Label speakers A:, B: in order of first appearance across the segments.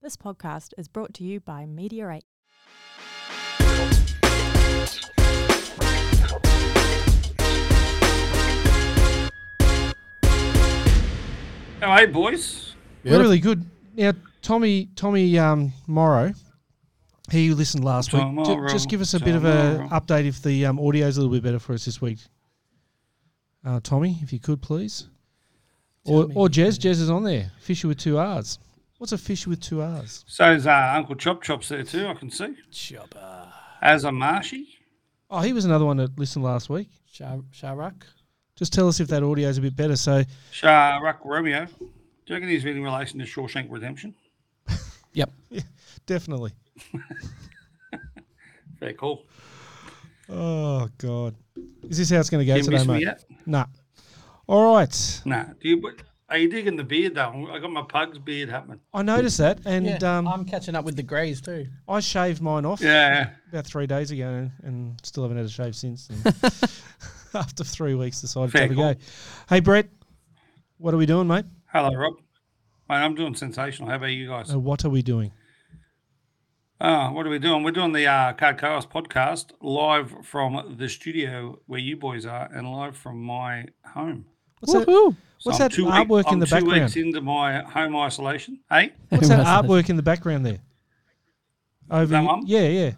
A: This podcast is brought to you by Meteorate.
B: How are you, boys?
C: Yep.
D: Really good. Now, Tommy, Tommy um, Morrow, he who listened last week. Ju-
B: Tomorrow,
D: just give us a bit of a
B: tomorrow.
D: update if the um, audio's a little bit better for us this week. Uh, Tommy, if you could please, or
C: Tommy.
D: or Jez, Jez is on there. Fisher with two R's. What's a fisher with two R's?
B: So's uh, Uncle Chop Chop's there too, I can see.
C: Chopper.
B: As a Marshy.
D: Oh, he was another one that listened last week.
C: Shar- Sharak.
D: Just tell us if that audio's a bit better. So,
B: Sharak Romeo. Do you reckon he's in relation to Shawshank Redemption?
C: Yep.
D: definitely.
B: Fair call.
D: Oh God, is this how it's going to go
B: You
D: today,
B: miss me
D: mate?
B: yet?
D: Nah. All right.
B: Nah. Do you, but are you digging the beard though? I got my pug's beard happening.
D: I noticed that, and
C: yeah,
D: um,
C: I'm catching up with the greys too.
D: I shaved mine off.
B: Yeah.
D: about three days ago and still haven't had a shave since. And after three weeks, decided
B: Fair
D: to have a go. Hey, Brett, what are we doing, mate?
B: Hello, Rob. Mate, I'm doing sensational. How about you guys?
D: Uh, what are we doing?
B: Oh, what are we doing? We're doing the uh, Card Chaos podcast live from the studio where you boys are and live from my home.
D: What's that,
C: Woohoo!
B: So
D: what's
B: I'm
D: that
B: two week-
D: artwork in
B: I'm
D: the
B: two
D: background?
B: weeks into my home isolation, eh?
D: what's that
C: Who was
D: artwork in the background there? Over
B: That
D: you-
B: one?
D: Yeah, yeah.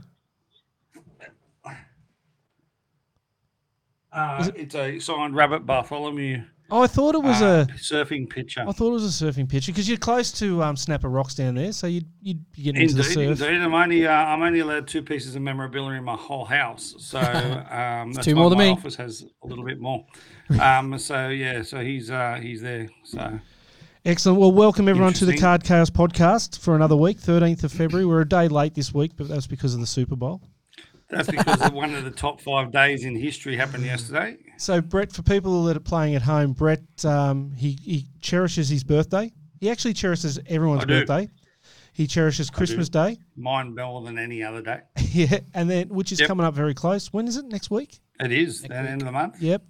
B: Uh, it's a signed Rabbit Bartholomew
D: Oh, I thought it was
B: uh,
D: a. Oh,
B: surfing picture.
D: I thought it was a surfing picture because you're close to um, Snapper Rocks down there, so you'd you'd be getting into the
B: Indeed,
D: surf.
B: indeed. I'm only uh, I'm only allowed two pieces of memorabilia in my whole house, so um, that's
C: two
B: why
C: more than
B: my
C: me.
B: office has a little bit more. Um, so yeah, so he's uh, he's there. So
D: Excellent. Well, welcome everyone to the
B: Interesting.
D: Card Chaos podcast for another week, 13th of February. We're a day late this week, but that's because of the Super Bowl.
B: that's because of one of the top five days in history happened yesterday.
D: So Brett, for people that are playing at home, Brett um, he he cherishes his birthday. He actually cherishes everyone's
B: I do.
D: birthday. He cherishes Christmas Day,
B: Mine more than any other day.
D: yeah, and then which is
B: Yep.
D: coming up very close. When is it? Next week.
B: It is at the end of the month.
D: Yep.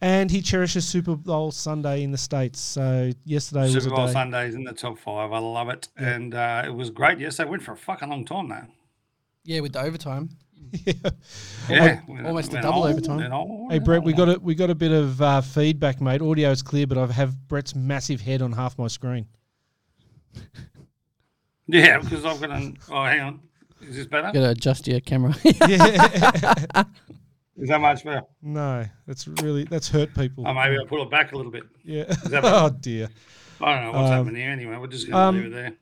D: And he cherishes Super Bowl Sunday in the states. So yesterday was
B: Super
D: a
B: Bowl
D: day.
B: Sundays in the top five. I love it, and uh, it was great. Yes, they went for a fucking long time now.
C: Yeah, with the overtime.
B: Yeah,
C: almost a
B: went
C: double
B: on
C: overtime.
B: and on
D: Hey
B: and
D: Brett, we
B: on.
D: got a we got a bit of uh, feedback, mate. Audio is clear, but I have Brett's massive head on half my screen.
B: Yeah, because I've got an. Oh, hang on. Is this better?
C: Got to adjust your camera.
B: Is that much better?
D: No, that's really that's hurt people.
B: Oh, maybe I'll pull it back a little bit.
D: yeah.
B: that better?
D: oh dear.
B: I don't know what's
D: Um,
B: happening here anyway. We're just going to
D: um,
B: leave it there.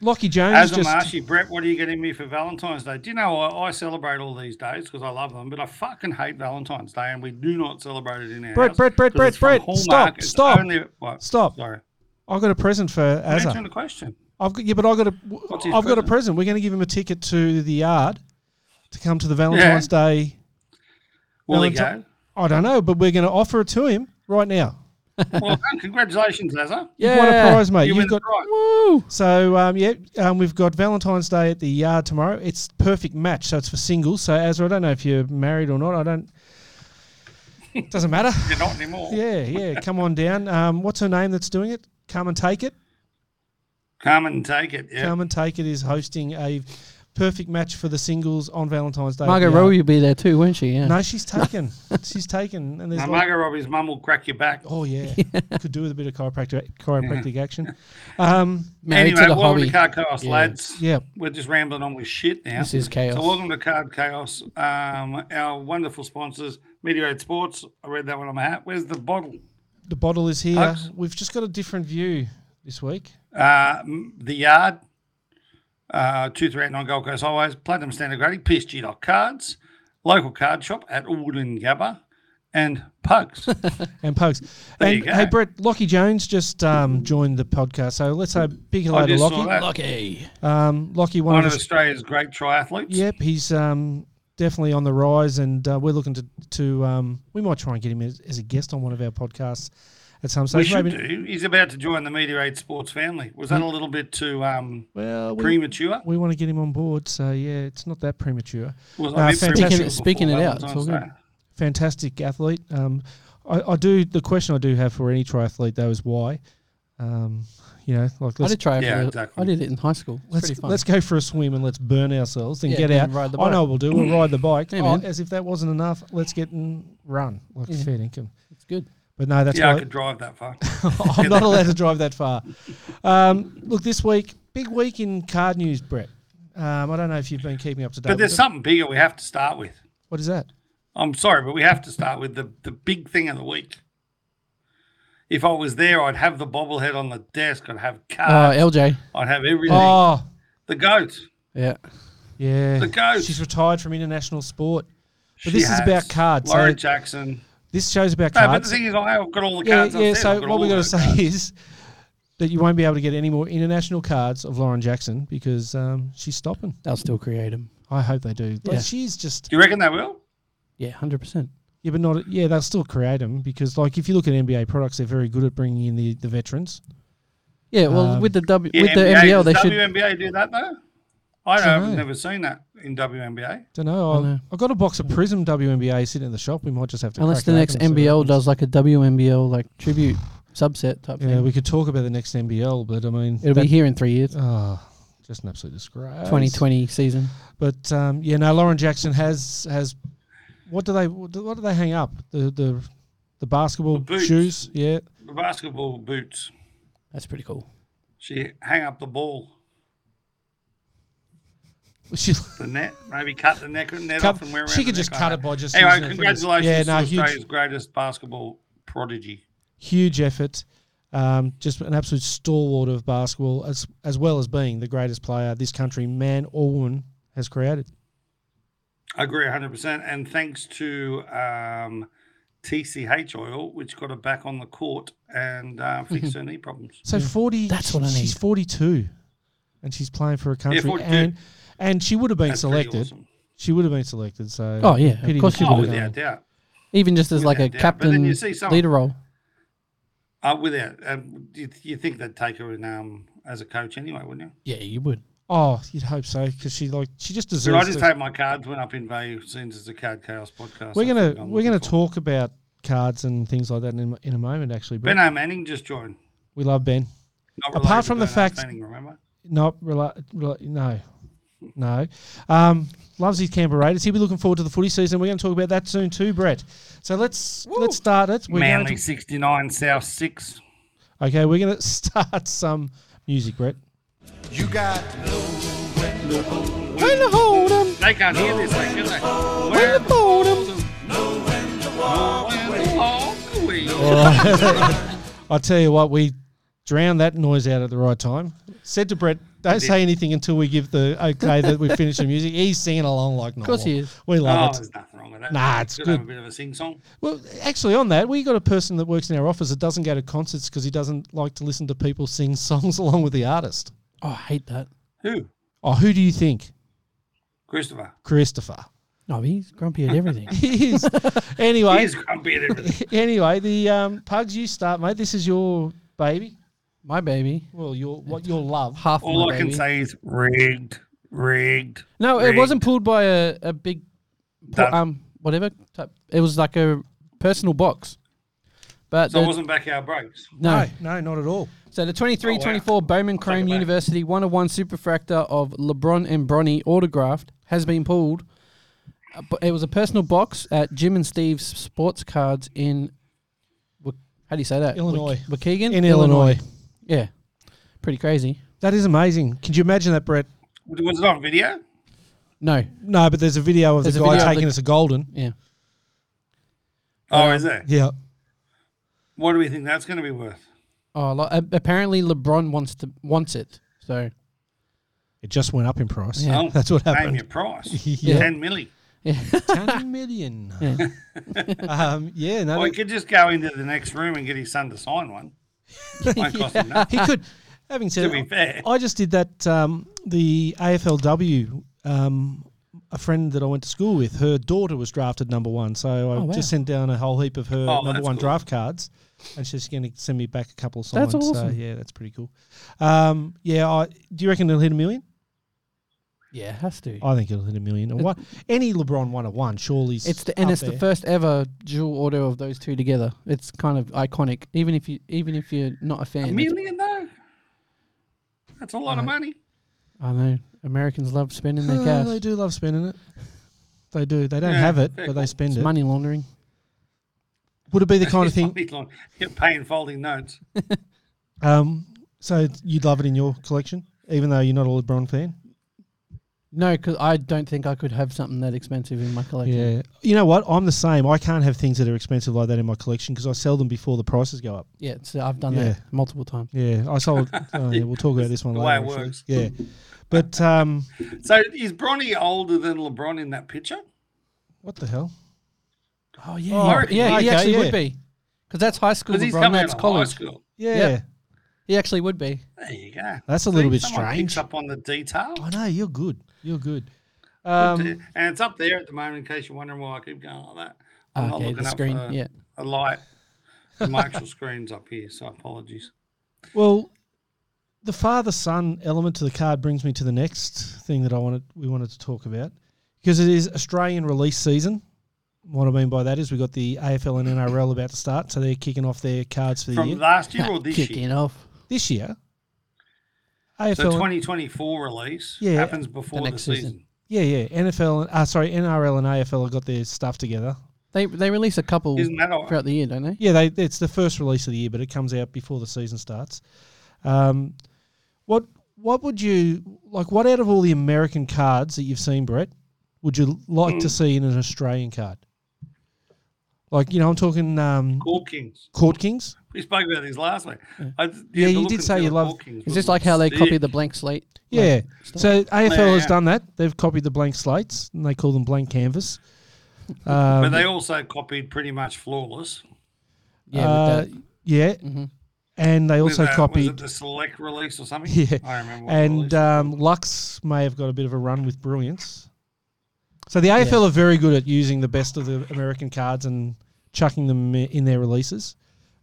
D: Lockie Jones
B: As a
D: just
B: Marshy, Brett, what are you getting me for Valentine's Day? Do you know I, I celebrate all these days because I love them, but I fucking hate Valentine's Day and we do not celebrate it in our
D: Brett,
B: house
D: Brett, Brett,
B: 'cause it's
D: Brett,
B: from
D: Brett, stop,
B: Hallmark. It's
D: stop,
B: Only, what?
D: Stop.
B: Sorry.
D: I've got a present for
B: I'm answering
D: Azza.
B: the question.
D: I've got, yeah, but I've got a I've
B: What's his
D: got a
B: present?
D: present. We're going to give him a ticket to the yard to come to the Valentine's Day.
B: Will he
D: Valenti-
B: go?
D: I don't know, but we're going to offer it to him right now.
B: Well, done. congratulations, Azza.
C: yeah.
D: What a prize, mate!
B: You
D: You've
B: win the prize.
D: got
C: Woo!
D: so um, yeah. Um, we've got Valentine's Day at the yard tomorrow. It's perfect match, so it's for singles. So Azra, I don't know if you're married or not. I don't. Doesn't matter.
B: You're not anymore.
D: Yeah, yeah. Come on down. Um, what's her name that's doing it? Come and take it.
B: Come and take it. Yeah.
D: Come and Take It is hosting a perfect match for the singles on Valentine's Day.
C: Margot
D: Yeah.
C: Robbie will be there too, won't she? Yeah.
D: No, she's taken. she's taken. And there's
B: Now,
D: like-
B: Margot Robbie's mum will crack your back.
D: oh yeah, could do with a bit of chiropractic chiropractic action. Um,
C: Married
B: anyway,
C: to the
B: welcome to
C: hobby.
B: Card Chaos,
C: Yeah.
B: lads.
D: yeah,
B: We're just rambling on with shit now.
C: This is chaos.
B: So welcome to Card Chaos. Um, our wonderful sponsors, Meteorate Sports. I read that one on my hat. Where's the bottle?
D: the bottle is here.
B: Hugs.
D: We've just got a different view this week.
B: Uh, m- the Yard, uh, 239 Gold Coast Highways, Platinum Standard Grading, PSG Cards, local card shop at Alden Gabba, and Pugs.
D: And pugs.
B: There
D: and
B: you go.
D: hey, Brett, Lockie Jones just um, joined the podcast. So let's say a big hello
B: I
D: to
B: just saw
D: Lockie.
B: that.
C: Lucky.
D: Um, Lockie, one,
B: One
D: of
B: of
D: us.
B: Australia's great triathletes.
D: Yep, he's um, definitely on the rise, and uh, we're looking to to um, we might try and get him as, as a guest on one of our podcasts at some
B: We
D: stage.
B: should do. He's about to join the Meteorate Sports family. Was that a little bit too um,
D: Well, we,
B: premature?
D: we want to get him on board, so yeah, it's not that premature.
B: Was
D: Uh,
B: I a bit
D: speaking-
B: premature before
C: speaking it out, it's all
B: Valentine's
C: good.
B: Day?
D: Fantastic athlete. Um, I, I do the question I do have for any triathlete though is why. Um, You know, like
C: I
D: let's
C: did try it.
B: Yeah,
C: for-
B: exactly.
C: I did it in high school. It's
D: let's,
C: pretty fun.
D: let's go for a swim and let's burn ourselves. Then
C: Yeah,
D: get
C: then
D: out.
C: ride the
D: I know
C: bike.
D: we'll do. We'll ride the bike.
C: Yeah,
D: Oh,
C: man.
D: as if that wasn't enough, let's get and run like
C: Yeah.
D: fair income.
C: it's good.
D: But no, that's
B: yeah, I
D: why
B: could drive that far.
D: I'm not allowed to drive that far. Um, look, this week, big week in card news, Brett. Um, I don't know if you've been keeping up to date.
B: But
D: with
B: there's
D: it.
B: something bigger we have to start with.
D: what is that?
B: I'm sorry, but we have to start with the, the big thing of the week. If I was there, I'd have the bobblehead on the desk. I'd have
C: Oh,
B: cards.
C: LJ.
B: I'd have everything.
D: Oh,
B: The goat.
C: Yeah.
D: yeah.
B: The goat.
D: She's retired from international sport.
B: She
D: this is
B: has.
D: about cards,
B: Lauren
D: eh?
B: Jackson.
D: This show's about
B: No,
D: cards.
B: but the thing is, I've got all the
D: yeah,
B: cards.
D: yeah.
B: upstairs. I've
D: So what we
B: all
D: got to
B: those
D: say
B: cards.
D: is that you won't be able to get any more international cards of Lauren Jackson because um, she's stopping.
C: They'll still create them.
D: I hope they do. Like,
C: Yeah.
D: She's just
B: Do you reckon they will?
C: Yeah, hundred percent.
D: yeah, but not yeah. They'll still create them because like if you look at NBA products, they're very good at bringing in the, the veterans.
C: Yeah. Well,
D: Um,
C: with the W,
B: Yeah,
C: with the
B: NBA
C: NBL, they
B: does
C: should.
B: WNBA do that though? I
D: Dunno.
B: have never seen that in WNBA.
D: Don't know.
C: I
D: I
C: know.
D: I've got a box of Prism WNBA sitting in the shop. We might just have to
C: Unless
D: crack
C: the
D: it
C: next
D: open and see what
C: NBL
D: happens.
C: does like a WNBL like tribute subset type
D: Yeah,
C: thing.
D: we could talk about the next NBL, but I mean,
C: It'll
D: that-
C: be here in three years,
D: oh, just an absolute disgrace.
C: twenty twenty season.
D: But um, yeah, no, Lauren Jackson has has what do they what do what do they hang up the the the basketball
B: The boots.
D: shoes? Yeah,
B: The basketball boots.
C: That's pretty cool.
B: She hang up the ball,
D: she
B: the net, maybe cut the neck, net
D: cut,
B: off and wear around.
D: she
B: the
D: could just
B: neck
D: cut
B: like
D: it by just
B: that. Anyway,
D: using her fingers.
B: congratulations
D: Yeah,
B: to
D: no, huge
B: Australia's greatest basketball prodigy.
D: huge effort. Um, just an absolute stalwart of basketball, as as well as being the greatest player this country, man or woman, has created.
B: I agree 100%. And thanks to um, TCH Oil, which got her back on the court and uh, fixed her knee problems.
D: So forty.
C: That's what I
D: She's
C: need.
D: forty two, and she's playing for a country,
B: 42.
D: and and she would have been
B: That's pretty
D: selected.
B: awesome.
D: She would have been selected. So
C: Oh, yeah, of
D: pity
C: course
D: that
C: she
D: she
B: Oh,
C: would've
D: would've
C: gone.
B: without
D: gone.
B: doubt.
C: Even just as like a
B: Without doubt. But then
C: captain
B: you see some-
C: leader role.
B: Uh, without, um, you, you think they'd take her in um, as a coach anyway, wouldn't you?
C: Yeah, you would.
D: Oh, you'd hope so, because she like she just
B: So I
D: deserves.
B: just
D: to-
B: hope my cards went up in value since it's a Card Chaos podcast. That's
D: we're gonna
B: what I'm
D: we're gonna
B: looking for.
D: talk about cards and things like that in, in a moment. Actually, Brett.
B: Benno Manning just joined.
D: we love Ben.
B: Not
D: Apart
B: related to
D: from the
B: Benno
D: fact-
B: Manning, remember?
D: Not rela- rela- no, no. Um, loves his Canberra Raiders. He'll be looking forward to the footy season. We're going to talk about that soon too, Brett. So let's let's start it. We're
B: Manly
D: going to,
B: 69, South 6.
D: okay, we're going to start some music, Brett.
E: You got
C: Trying to hold him,
B: They can't hear this thing, can they?
C: trying to hold him.
D: Oh,
B: Oh,
D: I tell you what, we drowned that noise out at the right time. Said to Brett, don't say anything until we give the okay that we finish the music. He's singing along like normal.
C: course he is.
D: We
B: Oh,
D: love it.
B: there's nothing wrong with that.
D: Nah, it's
B: Could have
D: good.
B: a bit of a sing song.
D: Well, actually, on that, we got a person that works in our office that doesn't go to concerts because he doesn't like to listen to people sing songs along with the artist.
C: Oh, I hate that.
B: Who?
D: Oh, who do you think?
B: Christopher.
D: Christopher.
C: No, he's grumpy at everything.
D: He is.
B: He
D: anyway,
B: is grumpy at everything.
D: anyway, the um, pugs. You start, mate. This is your baby.
C: My baby,
D: Well, your what your love.
C: half
B: All
C: my
B: I can
C: baby.
B: say is rigged, rigged.
C: No, it
B: rigged.
C: wasn't pulled by a, a big, po-
B: That-
C: um, whatever. Type. It was like a personal box. But
B: So it
C: the-
B: wasn't backyard breaks.
C: no.
D: no, not at all.
C: So the 23
B: Oh, wow.
C: 24 Bowman
B: it
C: Chrome
B: back.
C: University 101 Superfractor of LeBron and Bronny autographed has been pulled. Uh, but It was a personal box at Jim and Steve's Sports Cards in, Wa- how do you say that?
D: Illinois.
C: Wa- Waukegan?
D: In Illinois.
C: Yeah. Pretty crazy.
D: That is amazing. Could you imagine that, Brett?
B: Was it on video?
C: No.
D: No, but there's a video of
C: There's
D: the
C: a
D: guy
C: video of
D: taking
C: the-
D: us a golden.
C: Yeah.
B: Oh, is there?
D: Um, Yeah.
B: What do we think that's going to be worth?
C: Oh, lo- a- apparently LeBron wants to wants it. So
D: It just went up in price.
C: Yeah.
B: Oh,
D: That's what
B: Name
D: happened.
B: your price.
D: Yeah.
B: Ten milli.
D: Ten million. um, yeah, no.
B: Or he could just go into the next room and get his son to sign one. Won't cost him nothing.
D: he could. Having said
B: To be
D: that,
B: fair.
D: I just did that. Um, the AFLW, um, a friend that I went to school with, her daughter was drafted number one. So I
C: Oh, wow.
D: just sent down a whole heap of her
B: Oh,
D: number
B: that's
D: one
B: cool.
D: draft cards, and she's going to send me back a couple of signs.
C: That's
D: So
C: awesome.
D: yeah, that's pretty cool. Um, yeah, I, do you reckon it'll hit a million?
C: yeah, has to.
D: I think it'll hit a million. And
C: It-
D: what any LeBron 101 surely is
C: It's the and
D: up
C: it's the
D: there.
C: first ever dual order of those two together. It's kind of iconic. Even if you even if you're not a
B: A
C: fan, it's
B: million though? That's a lot
D: Uh,
B: of money.
C: I know Americans love spending their
D: Oh,
C: cash.
D: they do love spending it. They do. They don't
B: Yeah,
D: have it,
B: fair
D: but they
B: call.
D: spend
C: It's
D: it.
C: money laundering.
D: Would it be the kind of thing?
B: You're paying folding notes.
D: Um, so you'd love it in your collection, even though you're not a LeBron fan.
C: No, because I don't think I could have something that expensive in my collection.
D: Yeah. You know what? I'm the same. I can't have things that are expensive like that in my collection because I sell them before the prices go up.
C: Yeah, so I've done
D: Yeah.
C: that multiple times.
D: Yeah, I sold. oh, yeah, we'll talk about this one
B: The
D: later.
B: way it
D: actually.
B: works.
D: Yeah, but um,
B: So is Bronny older than LeBron in that picture?
D: what the hell?
C: Oh yeah,
D: Oh,
C: he-
B: I reckon
C: yeah,
D: he-
C: he
D: okay,
C: actually
D: yeah.
C: would be, because that's high school,
B: Because he's
C: LeBron.
B: coming out
C: That's
B: of high
C: college.
B: school.
D: Yeah,
C: Yep. He actually would be.
B: There you go.
D: that's a little
B: See,
D: bit
B: someone
D: strange.
B: Picks up on the detail.
D: I know you're good. You're good. Um,
B: and it's up there at the moment. In case you're wondering why I keep going like that, I'm not
C: okay,
B: looking
C: the
B: up uh,
C: screen.
B: a,
C: Ah, yeah,
B: a light. My actual screen's up here, so apologies.
D: well, the father son element to the card brings me to the next thing that I wanted we wanted to talk about because it is Australian release season. What I mean by that is we've got the AFL and NRL about to start, so they're kicking off their cards for the
B: From
D: year
B: last year or this
C: kicking
B: year?
C: off.
D: this year. AFL,
B: So 2024 release
D: Yeah,
B: happens before
C: the
B: the,
C: next
B: season.
C: season.
D: yeah, yeah. NFL, and, uh, sorry, NRL and AFL have got their stuff together.
C: They they release a couple
B: Isn't that all right?
C: throughout the year, don't they?
D: Yeah, they, it's the first release of the year, but it comes out before the season starts. Um, what what would you like? What out of all the American cards that you've seen, Brett, would you like
B: Mm.
D: to see in an Australian card? Like you know, I'm talking um,
B: Cool Kings.
D: Court Kings.
B: We spoke about this last week. I, yeah,
D: Yeah,
B: the
D: you
B: look
D: did
B: and
D: say
B: feel
D: you
B: of
D: love-
B: Cool Kings
C: Is
B: was
C: this like how they
B: sick.
C: copy the blank slate? Like,
D: Yeah. So AFL has
B: yeah.
D: done that. They've copied the blank slates and they call them blank canvas.
B: but
D: Um,
B: they also copied pretty much flawless.
C: yeah,
D: uh,
C: with
D: yeah,
C: Mhm.
D: and they
B: Was
D: also
B: that- was it
D: copied.
B: the select release or something.
D: Yeah.
B: I remember. What
D: And
B: and
D: um, Lux may have got a bit of a run with brilliance. So the AFL are very good at using the best of the American cards and chucking them i- in their releases.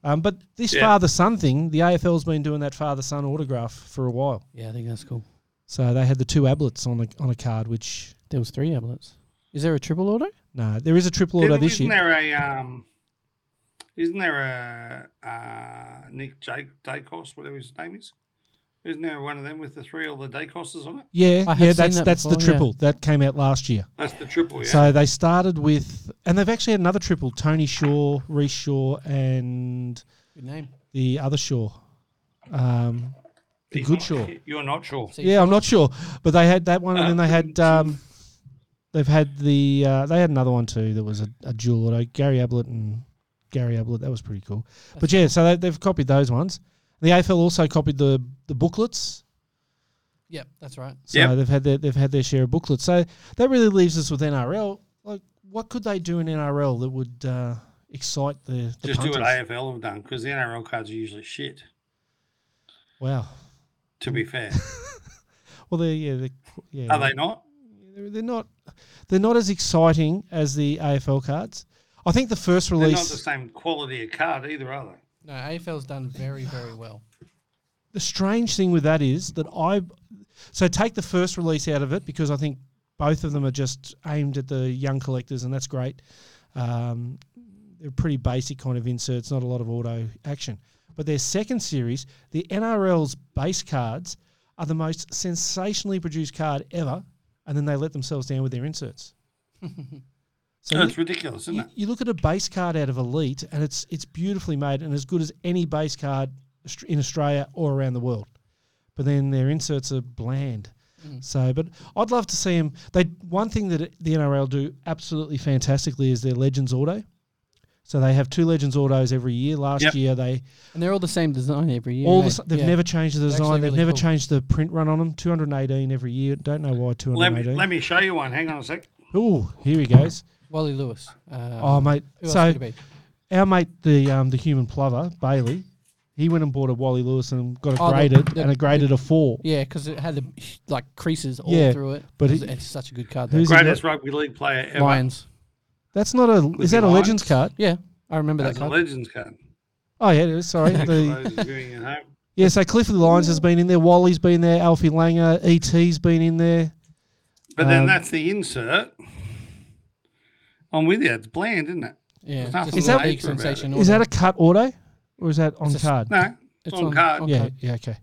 D: Um, but this
B: Yeah.
D: father son thing, the AFL's been doing that father son autograph for a while.
C: that. yeah, I think that's cool.
D: So they had the two ablets on a, on a card, which
C: There was three ablets. Is there a triple auto?
D: no, there is a triple order this
B: isn't
D: year.
B: there a um, isn't there a uh, Nick Jake Dacos, whatever his name is? Isn't there one of them with the three all the Dacoses on it?
D: Yeah,
C: I have
D: yeah,
C: seen
D: that's
C: that
D: that's the
C: before, yeah.
D: triple that came out last year.
B: That's the triple. Yeah.
D: So they started with, and they've actually had another triple: Tony Shaw, Reece Shaw, and
C: Good name.
D: the other Shaw, um, the
B: He's
D: good
B: not-
D: Shaw.
B: You're not sure.
C: See,
D: Yeah, I'm not sure, but they had that one, and then they had
B: Uh,
D: um, they've had the uh, they had another one too that was a, a dual auto Gary Ablett and Gary Ablett. That was pretty cool. But yeah, so they, they've copied those ones. The AFL also copied the the booklets.
C: yeah, that's right.
D: So
B: Yep.
D: they've had their they've had their share of booklets. So that really leaves us with NRL. Like, what could they do in NRL that would uh, excite the, the
B: Just do what
D: punters?
B: AFL have done because the NRL cards are usually shit.
D: Wow.
B: To be fair,
D: Well, they're yeah, they're, Mm. yeah.
B: are they not?
D: They're, they're not they're not as exciting as the AFL cards. I think the first
B: They're not
D: release,
B: the
D: the,
B: same quality of card either, are they?
C: No, AFL's done very very well.
D: strange thing with that is that I so take the first release out of it because I think both of them are just aimed at the young collectors and that's great. Um, they're pretty basic kind of inserts, not a lot of auto action. But their second series, the NRL's base cards are the most sensationally produced card ever, and then they let themselves down with their inserts. so
B: No,
D: you-
B: it's ridiculous, isn't
D: you,
B: it?
D: you look at a base card out of Elite, and it's it's beautifully made and as good as any base card Aust- in Australia or around the world. But then their inserts are bland.
B: Mm.
D: So, but I'd love to see them. They one thing that the NRL do absolutely fantastically is their Legends Auto. So they have two Legends Autos every year. Last
B: Yep.
D: year they
C: And they're all the same design every year.
D: all
C: eh?
D: the, they've
C: Yeah.
D: never changed the
C: They're actually
D: design. They've
C: really
D: never
C: cool.
D: changed the print run on them. Two hundred eighteen every year. Don't know why two
B: Let me,
D: hundred
B: let
D: eighteen.
B: me show you one. Hang on a sec.
D: Oh, here he goes.
C: Wally Lewis. Um,
D: Oh mate,
C: who
D: so
C: else could it be?
D: our mate, the um, the human plover Bailey, he went and bought a Wally Lewis and got it
C: Oh, the-
D: graded,
C: the-
D: and it graded a four.
C: Yeah, because it had the like creases all
D: Yeah,
C: through it. It
D: but
C: was-
D: it-
C: it's such a good card.
D: who's-
C: Though.
D: he
B: Greatest rugby league player ever.
C: Lions.
D: That's not a. Is
B: it
D: that a
B: Lions?
D: Legends card?
C: Yeah, I remember
B: That's
C: that
B: a
C: card.
B: legends card.
D: Oh yeah, it is. Sorry. the,
B: Those viewing at home.
D: yeah, so Clifford Lyons has been in there. Wally's been there. Alfie Langer, ET's been in there.
B: But then
D: Um,
B: that's the insert. I'm with you. It's bland, isn't it?
C: Yeah,
B: There's nothing
C: just
D: to
C: a
D: like
C: big
B: about it.
C: sensation.
D: Is that a cut auto, or is that on
C: It's a s-
D: card?
B: No, it's, on, card.
D: yeah, yeah, okay.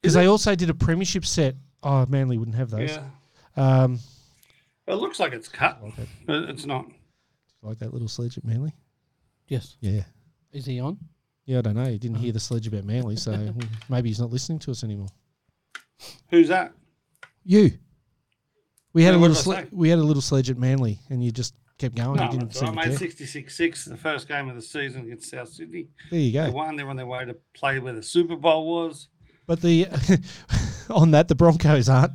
D: Because they also did a premiership set. Oh, Manly wouldn't have those.
B: Yeah.
D: Um,
B: It looks like it's cut, but it's not.
D: like that little sledge at Manly.
C: Yes.
D: Yeah.
C: Is he on?
D: Yeah, I don't know. He didn't hear the sledge about Manly, so maybe he's not listening to us anymore.
B: Who's that?
D: You. We had
B: Yeah,
D: a
B: what
D: little
B: did I
D: sle-
B: say?
D: we had a little sledge at Manly, and you just kept going.
B: No,
D: Oh, you didn't
B: that's all
D: seem to
B: right. I made
D: care.
B: 66 6 the first game of the season against South Sydney.
D: There you
B: They
D: go.
B: won. They were on their way to play where the Super Bowl was.
D: But the on that the Broncos aren't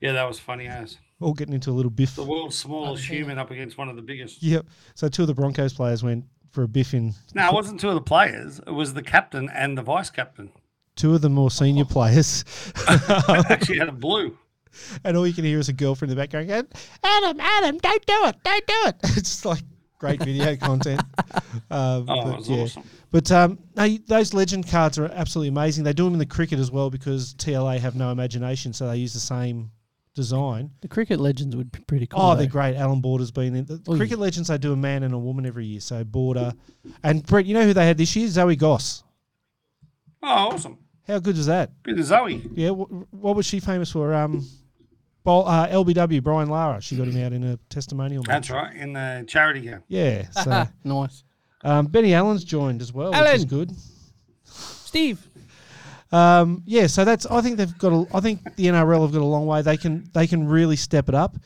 B: Yeah, that was funny as.
D: all getting into a little biff.
B: The world's smallest human up against one of the biggest.
D: Yep. So two of the Broncos players went for a biff in
B: No, it wasn't two of the players. It was the captain and the vice captain.
D: two of the more senior players.
B: Actually, had a blue.
D: and all you can hear is a girl from the back going, "Ad- Adam, Adam, don't do it, don't do it. It's just like great video content.
B: Oh,
D: Um, but
B: it was
D: yeah.
B: awesome.
D: But um, no, those legend cards are absolutely amazing. They do them in the cricket as well because TLA have no imagination, so they use the same design.
C: The cricket legends would be pretty cool.
D: Oh,
C: though.
D: they're great. Alan Border's been in. The the
C: Oh,
D: cricket legends, they do a man and a woman every year. So Border. And Brett, you know who they had this year? Zoe Goss.
B: Oh, awesome.
D: How good was that?
B: Bit of Zoe.
D: Yeah, wh- what was she famous for? Um, Bol- uh, LBW, Brian Lara. She got him out in a testimonial match.
B: That's right. In the charity game.
D: Yeah, so
C: Nice.
D: um, Benny Allen's joined as well, which is
C: Allen.
D: good.
C: Steve.
D: Um, yeah, so that's. I think they've got. A, I think the NRL have got a long way. They can. They can really step it up.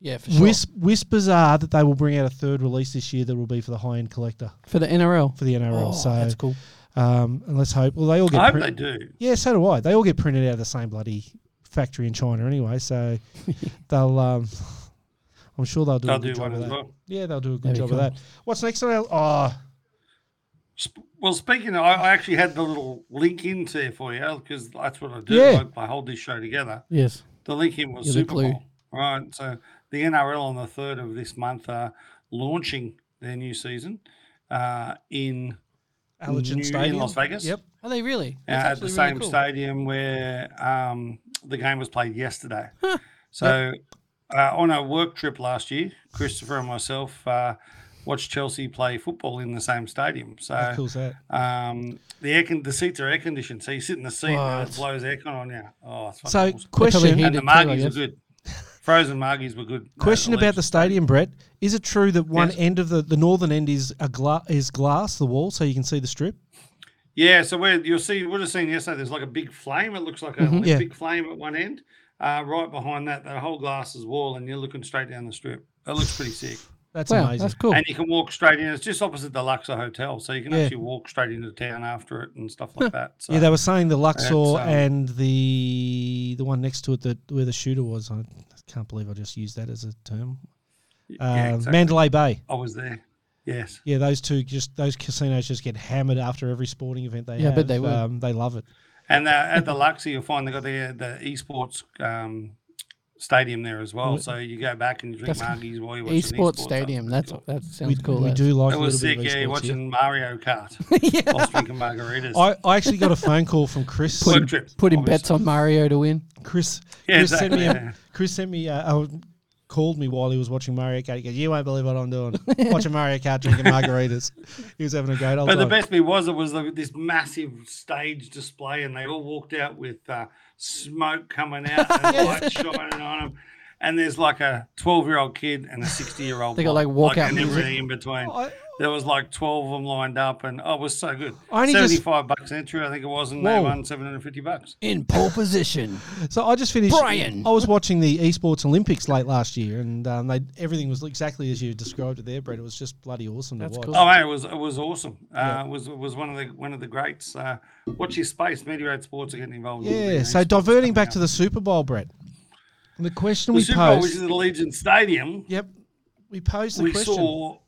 C: Yeah, for sure.
D: Whis- whispers are that they will bring out a third release this year that will be for the high end collector
C: for the NRL.
D: for the NRL.
C: Oh,
D: so
C: that's cool.
D: Um, and let's hope. Well, they all get.
B: I hope
D: print-
B: they do.
D: Yeah, so do I. They all get printed out of the same bloody factory in China anyway. So they'll. Um, I'm sure they'll do. a
B: They'll
D: good
B: do
D: job
B: one
D: of
B: as
D: that.
B: well.
D: Yeah, they'll do a
C: That'd
D: good
C: be
D: job
C: cool.
D: of that. What's next on our? Oh,
B: Sp- Well, speaking, of, I I actually had the little link in there for you because that's what I do.
D: Yeah.
B: I, I hold this show together.
C: Yes.
B: The link in was
C: You're the
B: Super
C: glue.
B: Bowl. Right. So the NRL on the 3rd of this month are launching their new season uh, in,
D: Allergen
B: New-
D: Stadium.
B: in Las Vegas.
D: Yep.
C: Are they really?
B: uh, at the same stadium where um, the game was played yesterday. so, uh, on a work trip last year, Christopher and myself uh, watched Chelsea play football in the same stadium. So,
D: How cool's that?
B: um, the air con- the seats are air conditioned, so you sit in the seat and it
C: What?
B: blows aircon on you. Oh, it's fucking
D: So,
B: awesome.
D: question.
C: heat
B: and the
C: it too, I
B: margies were
C: guess.
B: good. Frozen margies were good.
D: Question about the stadium, Brett. Is it true that one
B: Yes.
D: end of the, the northern end is a gla- is glass, the wall, so you can see the strip?
B: Yeah, so where you'll see, we would have seen yesterday. There's like a big flame. It looks like a
D: Yeah.
B: big flame at one end. Uh, right behind that, that whole glass is wall, and you're looking straight down the strip. It looks pretty sick,
D: That's
C: Wow,
D: amazing.
C: that's cool.
B: and you can walk straight in. It's just opposite the Luxor Hotel, so you can
D: Yeah.
B: actually walk straight into town after it and stuff like that. So
D: yeah, they were saying the Luxor
B: um,
D: and the the one next to it, that where the shooter was. I can't believe I just used that as a term. Uh,
B: yeah, exactly.
D: Mandalay Bay.
B: I was there. Yes,
D: Yeah, those two just those casinos just get hammered after every sporting event they
C: Yeah, I
D: have.
C: bet they would.
D: Um, they love it.
B: and uh, at the Luxor, you'll find they got the uh, the esports um, stadium there as well.
D: Well,
B: So you go back and you drink
C: that's-
B: margies while you watch
C: Esports Stadium. That's that sounds
D: we,
C: cool.
D: We
C: that.
D: do like
B: It
D: a
B: was sick.
D: little bit of
B: Yeah,
D: esports,
B: watching Mario Kart whilst drinking margaritas.
D: I, I actually got a phone call from Chris.
B: Work trips,
C: Putting
B: obviously.
C: bets on Mario to win.
D: Chris,
B: Yeah,
D: Chris
B: exactly.
D: sent me.
B: yeah.
D: A, Chris sent me. Uh, uh, called me while he was watching Mario Kart. He goes, "You won't believe what I'm doing. watching Mario Kart, drinking margaritas. He was having a great old
B: But the
D: time.
B: best bit was it was the, this massive stage display, and they all walked out with uh, smoke coming out and lights shining on them. And there's like a 12 year old kid and a 60 year old.
C: They got, like, walkout
B: and
C: music.
B: everything in between.
D: "Oh, I-
B: There was like 12 of them lined up, and oh, it was so good.
D: I only just-
B: 75 bucks entry, I think it was, and they
D: Whoa.
B: won 750 bucks.
C: In pole position.
D: So I just finished.
C: Brian.
D: I was watching the esports Olympics late last year, and um, they everything was exactly as you described it there, Brett. It was just bloody awesome
C: That's
D: to watch.
C: cool.
B: Oh, mate, it was it was awesome. Uh, it was it was one of the one of the greats. Uh, watch your space. Meteorite Sports are getting involved. in all the
D: Yeah. So
B: esports
D: diverting
B: coming
D: back
B: up.
D: to the Super Bowl, Brett. The question
B: the
D: we
B: Super Bowl, which
D: posed.
B: is at Allegiant Stadium.
D: yep. We posed the
B: we
D: question.
B: saw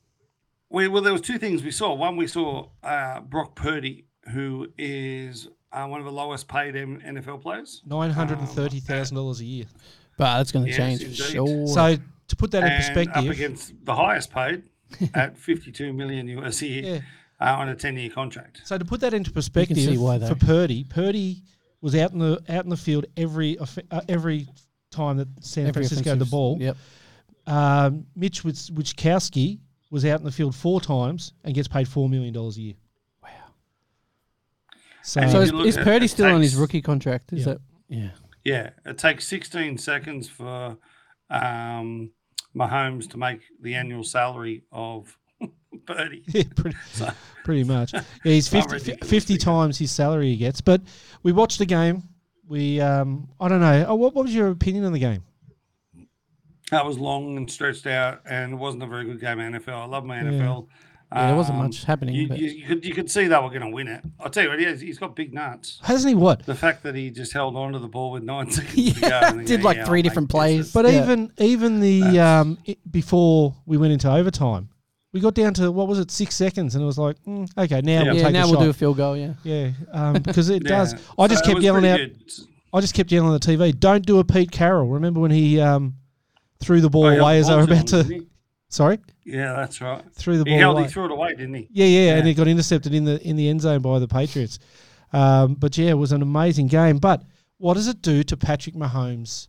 B: we, well there was two things we saw one we saw uh, brock purdy who is uh, one of the lowest paid M- nfl players
D: Nine hundred and thirty thousand dollars a year.
C: But that's going to
B: Yes,
C: change for
B: indeed.
C: sure.
D: So to put that in
B: Oh, and up
D: perspective,
B: against the highest paid at 52 million us a year uh, on a 10-year contract
D: So to put that into perspective,
C: see why, though.
D: for Purdy, Purdy was out in the out in the field every off- uh, every time that San
C: Every
D: Francisco had the
C: offensive-
D: ball.
C: Yep.
D: Um, Mitch Wits- Wichkowski was out in the field four times and gets paid four million dollars a year. So,
B: And
C: So
B: you
C: is,
B: look
C: is
B: at-
C: Purdy
B: it
C: still on his
B: takes-
C: rookie contract? Is
D: Yeah.
C: that yeah?
B: Yeah, it takes 16 seconds for um, Mahomes to make the annual salary of Birdie.
D: yeah, pretty,
B: So-
D: pretty much. Yeah, he's
B: Not
D: 50,
B: ridiculous
D: 50
B: figure.
D: times his salary he gets. But we watched the game. We, um, I don't know. Oh, what, what was your opinion on the game?
B: That was long and stretched out, and it wasn't a very good game. of NFL. I love my NFL.
C: Yeah, there wasn't
B: Um,
C: much happening.
B: You,
C: but
B: you, you could you could see they were going to win it. I'll tell you what, he has, he's got big nuts.
D: Hasn't he what?
B: The fact that he just held on to the ball with nine seconds to go.
C: Yeah,
B: and then
C: did
B: go,
C: like
B: "Yeah,
C: three
B: I'll
C: different
B: make this."
C: plays.
D: But
C: Yeah.
D: even even the um, i before we went into overtime, we got down to what was it six seconds, and it was like, mm, okay, now
B: Yeah.
D: we'll
C: yeah,
D: take
C: now
D: a
C: we'll
D: shot.
C: do a field goal. Yeah,
D: yeah, um, because it does.
B: Yeah.
D: I just
B: So it
D: kept
B: was
D: yelling out.
B: pretty good.
D: I just kept yelling on the TV. Don't do a Pete Carroll. Remember when he um, threw the ball
B: Oh, he
D: away
B: held
D: as
B: the
D: they were
B: ball
D: about
B: to him,
D: to?
B: didn't
D: Sorry,
B: he? Yeah, that's right.
D: threw the
B: He
D: ball
B: held,
D: away.
B: he threw it away, didn't he?
D: Yeah, yeah, and
B: Yeah.
D: it got intercepted in the in the end zone by the Patriots. Um, but yeah, it was an amazing game. But what does it do to Patrick Mahomes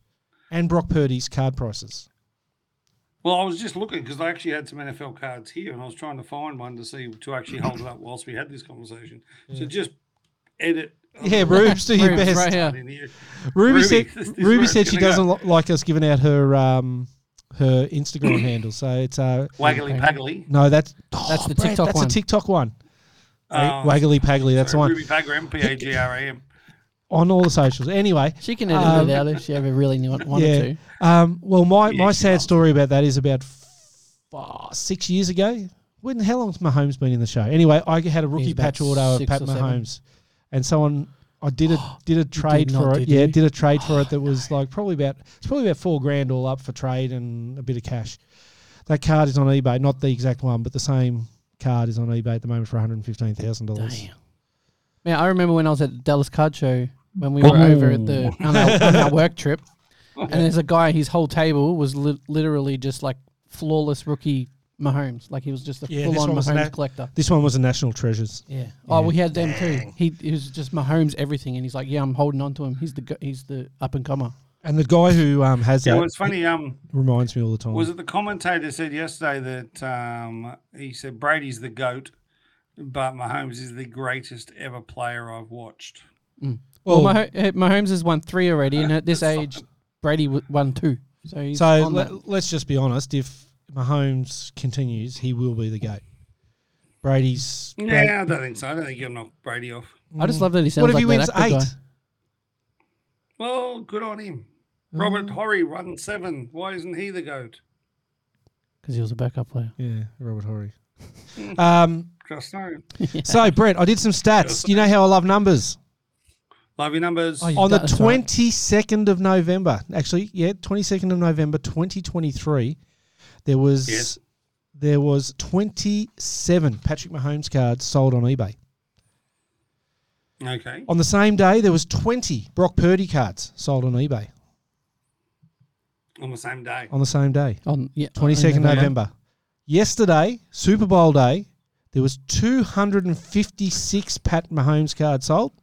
D: and Brock Purdy's card prices?
B: Well, I was just looking because I actually had some NFL cards here, and I was trying to find one to see to actually hold it up whilst we had this conversation. So just edit. a
D: Yeah,
B: little
D: Rubes, do your
C: Rubes,
D: best.
C: right
B: card
C: here.
B: in here.
D: Ruby,
B: Ruby,
D: said
B: this is where
D: Ruby
B: it's
D: said she
B: gonna go.
D: doesn't li- like us giving out her um, her Instagram handle. So it's uh,
B: Waggly paggly.
D: no, that's
C: That's
D: oh,
C: the
D: Brad,
C: TikTok
D: that's
C: one.
D: a TikTok one.
B: Um,
D: Waggly Paggly, that's the one
B: Ruby Pagram, P A G R A M.
D: on all the socials. Anyway,
C: she can edit
D: Um,
C: it out if she ever really knew- wanted
D: yeah.
C: to.
D: Um, well, my,
B: Yeah,
D: my
B: she
D: sad
B: loves
D: story about that is about f- oh, six years ago. When how long's Mahomes been in the show? Anyway, I had a rookie
C: He's about
D: patch auto of
C: six
D: Pat
C: or seven.
D: Mahomes, and someone I did a did a trade
C: not,
D: for it.
C: did
D: yeah,
C: you? Oh,
D: did a trade for it that was like probably about it's probably about four grand all up for trade and a bit of cash. That card is on eBay, not the exact one, but the same card is on eBay at the moment for one hundred fifteen thousand dollars.
C: Damn. Man, I remember when I was at the Dallas Card Show when we were over at the on our, on our work trip, and there's a guy. His whole table was li- literally just like flawless rookie Mahomes. Like he was just a
D: Yeah, this
C: full-on
D: one was
C: Mahomes
D: that-
C: collector.
D: This one was a National Treasures.
C: Yeah. Oh, we had them too. He, he was just Mahomes everything, and he's like, yeah, I'm holding on to him. He's the go- he's the up and comer.
D: And the guy who um, has
B: Yeah,
D: that
B: well, it's funny. Um,
D: reminds me all the time.
B: was it the commentator said yesterday that um, he said Brady's the goat, but Mahomes is the greatest ever player I've watched.
C: Well,
D: Oh.
C: Mah- uh, Mahomes has won three already, and at this age, Brady w- won two. So he's
D: So
C: on
D: le-
C: that.
D: let's just be honest. If Mahomes continues, he will be the goat. Brady's. Mm.
B: Yeah, I don't think so. I don't think you'll knock Brady off.
C: I just love that he sounds
D: what if
C: like
D: he
C: that
D: wins
C: actor
D: eight?
C: guy.
B: Well, good on him.
D: Mm.
B: Robert Horry run seven. Why isn't he the goat?
C: Because he was a backup player.
D: Yeah, Robert Horry. um,
B: Just know.
D: so Brett, I did some stats. You know how I love numbers.
B: Love your numbers.
C: Oh, yeah.
D: On the
C: That's right.
D: twenty second of November, actually, yeah, twenty second of November, twenty twenty three, there was
B: Yes.
D: there was twenty seven Patrick Mahomes cards sold on eBay.
B: Okay.
D: On the same day, there was twenty Brock Purdy cards sold on eBay
B: On the same day.
D: on the same day.
C: On yeah, on
D: 22nd
C: November.
D: November. Yesterday, Super Bowl day, there was 256 Pat Mahomes cards sold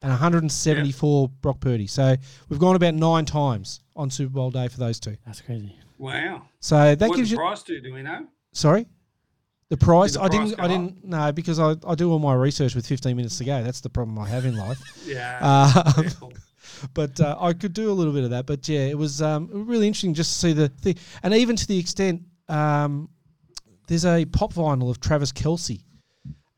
D: and 174 Brock Purdy. So we've gone about nine times on Super Bowl day for those two.
C: That's crazy.
B: Wow.
D: So that
B: what
D: gives
B: did
D: you
B: Bryce do? Do we know?
D: sorry. The price,
B: Did the
D: I
B: price
D: didn't,
B: go
D: I didn't, no, because I, I do all my research with 15 minutes to go. That's the problem I have in life.
B: Yeah.
D: Uh,
B: Careful.
D: but uh, I could do a little bit of that. But yeah, it was um, really interesting just to see the thing, and even to the extent um, there's a pop vinyl of Travis Kelsey,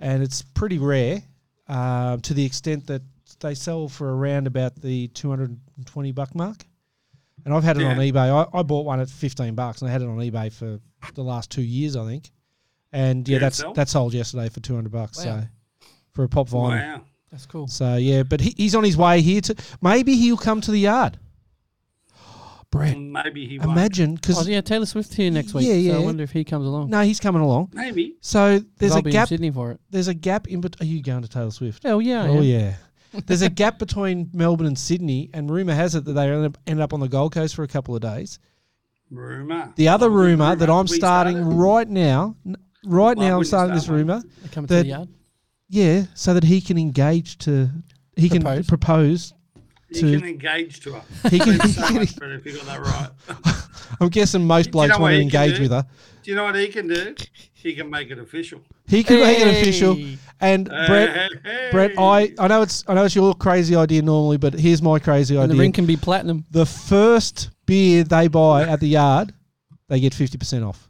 D: and it's pretty rare um, to the extent that they sell for around about the 220 buck mark. And I've had it on
B: Yeah.
D: eBay. I, I bought one at 15 bucks, and I had it on eBay for the last two years, I think. And yeah,
B: Did it
D: that's
B: sell?
D: that sold yesterday for 200 bucks.
C: Wow.
D: So for a pop vinyl.
B: Wow.
C: That's cool.
D: So yeah, but he, he's on his way here to. Maybe he'll come to the yard. Brett,
B: Maybe he won't.
D: imagine
C: Oh,
D: because
C: yeah, Taylor Swift's here next week.
D: Yeah, yeah.
C: So I wonder if he comes along.
D: no, he's coming along.
B: Maybe.
D: So there's
C: I'll
D: a
C: be
D: gap.
C: in Sydney for it.
D: There's a gap in. Bet- are you going to Taylor Swift?
C: Hell yeah. I
D: oh
C: am.
D: yeah. there's a gap between Melbourne and Sydney, and rumor has it that they end up, end up on the Gold Coast for a couple of days.
B: Rumor.
D: The other rumor that I'm
B: Oh, We
D: starting
B: started.
D: right now, n- right
B: Why
D: now I'm
B: wouldn't you start
D: starting this
B: one?
D: rumor.
C: They're coming
D: The-
C: to the yard.
D: Yeah, so that he can engage to. He can
C: Propose.
D: propose.
B: You
D: to-
B: can engage to her.
D: He can.
B: So much better if you got that right.
D: I'm guessing
B: Do
D: most
B: you
D: blokes
B: know
D: want
B: what
D: to
B: he can
D: engage
B: do?
D: with her.
B: Do you know what he can do? He can make it official.
D: He can make it official.
C: Hey.
D: And Brett,
B: Hey, hey,
D: Brett, I, I know it's I know it's your crazy idea normally, but here's my crazy
C: And the
D: idea.
C: ring can be platinum.
D: the first beer they buy at the yard, they get fifty percent off.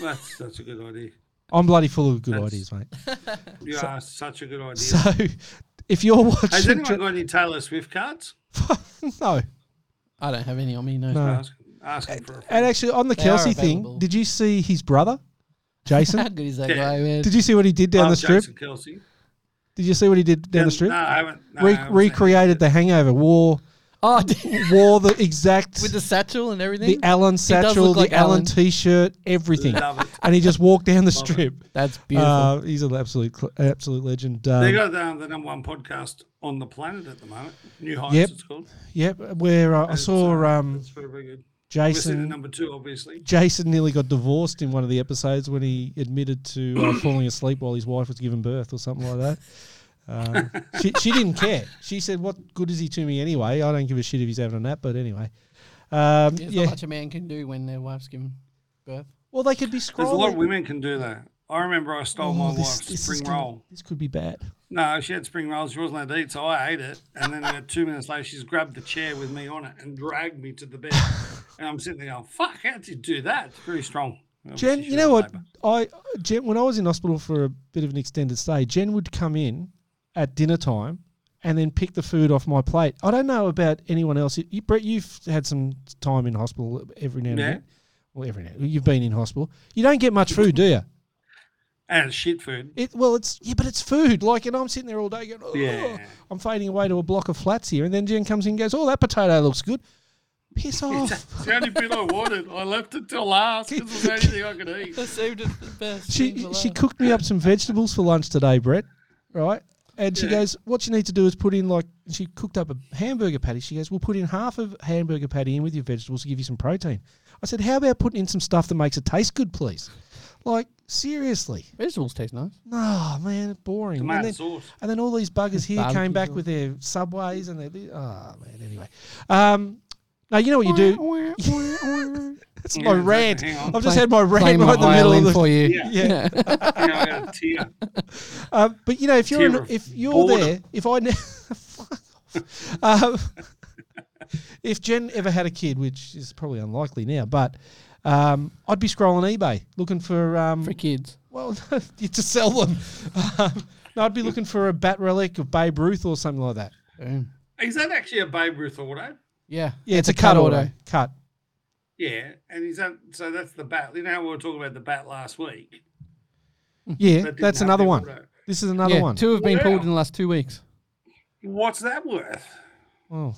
B: That's such a good idea.
D: I'm bloody full of good
B: That's-
D: ideas, mate.
B: You are such a good idea.
D: So if you're watching,
B: Has anyone got any Taylor Swift cards?
D: no,
C: I don't have any on me. No.
D: No.
B: Ask, ask him for a
D: Uh, and actually on the
C: They
D: Kelsey
C: are
D: thing,
C: available.
D: did you see his brother,
C: How
D: Jason?
C: good is that
B: Yeah.
C: guy, man?
D: did you see what he did
B: Love
D: down the strip?
B: Oh, Jason Kelsey.
D: Did you see what he did down the strip?
B: No, I haven't. no, I
D: Re-
B: haven't seen it.
D: recreated the Hangover. Wore
C: oh, dude,
D: wore the exact
C: with the satchel and everything.
D: the Allen
C: does
D: satchel,
C: look like
D: the Allen
C: Alan.
D: T-shirt, everything,
B: Love it.
D: and he just walked down the
B: Love it.
D: strip.
C: That's beautiful.
D: Uh, he's an absolute cl- absolute legend.
B: They
D: Um,
B: got um, the number one podcast on the planet at the moment. New Heights,
D: Yep.
B: it's called.
D: yep, where uh, I
B: It's,
D: saw
B: uh,
D: um,
B: It's very, very good. We're sitting at
D: Jason.
B: number two, obviously.
D: Jason nearly got divorced in one of the episodes when he admitted to uh, falling asleep while his wife was giving birth or something like that. Um, she, she didn't care. She said, "What good is he to me anyway? I don't give a shit if he's having a nap." But anyway, um,
C: There's
D: yeah.
C: not much a man can do when their wife's giving birth.
D: Well, they could be
B: There's a lot of
D: scrolling.
B: women can do that. I remember I stole my
D: Oh,
B: wife's
D: is
B: spring
D: gonna-
B: roll.
D: this could be bad.
B: No, she had spring rolls. She wasn't allowed to eat, so I ate it. And then about two minutes later, she's grabbed the chair with me on it and dragged me to the bed. and I'm sitting there going, fuck, how did you do that? It's pretty strong. Obviously,
D: Jen,
B: she
D: you know
B: was
D: what?
B: labour.
D: I Jen, when I was in hospital for a bit of an extended stay, Jen would come in at dinner time and then pick the food off my plate. I don't know about anyone else. You, Brett, you've had some time in hospital every now and
B: Yeah.
D: then. Well, every now you've been in hospital. You don't get much food, do you?
B: And shit food.
D: It well, it's yeah, but it's food. Like, and I'm sitting there all day going, oh,
B: Yeah.
D: I'm fading away to a block of flats here, and then Jen comes in and goes, oh, that potato looks good. Piss off.
B: It's the only bit I wanted. I left it till last because it was the only thing I could eat.
C: That saved it the best.
D: she she cooked me up some vegetables for lunch today, Brett. Right? And she
B: Yeah.
D: goes, "What you need to do is put in like." She cooked up a hamburger patty. She goes, "We'll put in half of hamburger patty in with your vegetables to give you some protein." I said, "How about putting in some stuff that makes it taste good, please?" Like seriously,
C: Vegetables taste nice.
D: no man, it's boring. And
B: Tomato
D: then,
B: sauce.
D: and then all these buggers here came
C: Barbecue
D: back
C: sauce.
D: with their subways and their li- oh man. Anyway, um, now you know what you do. That's my
B: Yeah,
D: rant.
B: hang on.
D: I've just had my rant
C: Playing
D: right
C: my
D: in the middle of
C: violin
D: the
C: for you.
B: Yeah.
D: yeah.
B: You know, I got a tear.
D: Um, but you know, if you're in,
B: Tear of
D: if you're
B: boredom.
D: there, if I ne- Fuck off. um, if Jen ever had a kid, which is probably unlikely now, but um, I'd be scrolling eBay looking for um,
C: for kids.
D: well to sell them. Um, no, I'd be looking for a bat relic of Babe Ruth or something like that.
C: Boom.
B: Is that actually a Babe Ruth auto?
C: Yeah.
D: Yeah, it's,
C: a cut auto.
D: Cut.
B: Yeah, and is that so? That's the bat. You know how we were talking about the bat last week.
D: Yeah,
B: That didn't
D: that's
B: have
D: another
B: the
D: one.
B: auto.
D: This is another
C: Hmm. yeah,
D: one.
C: Two have been
B: Wow.
C: pulled in the last two weeks.
B: What's that worth?
D: Oh,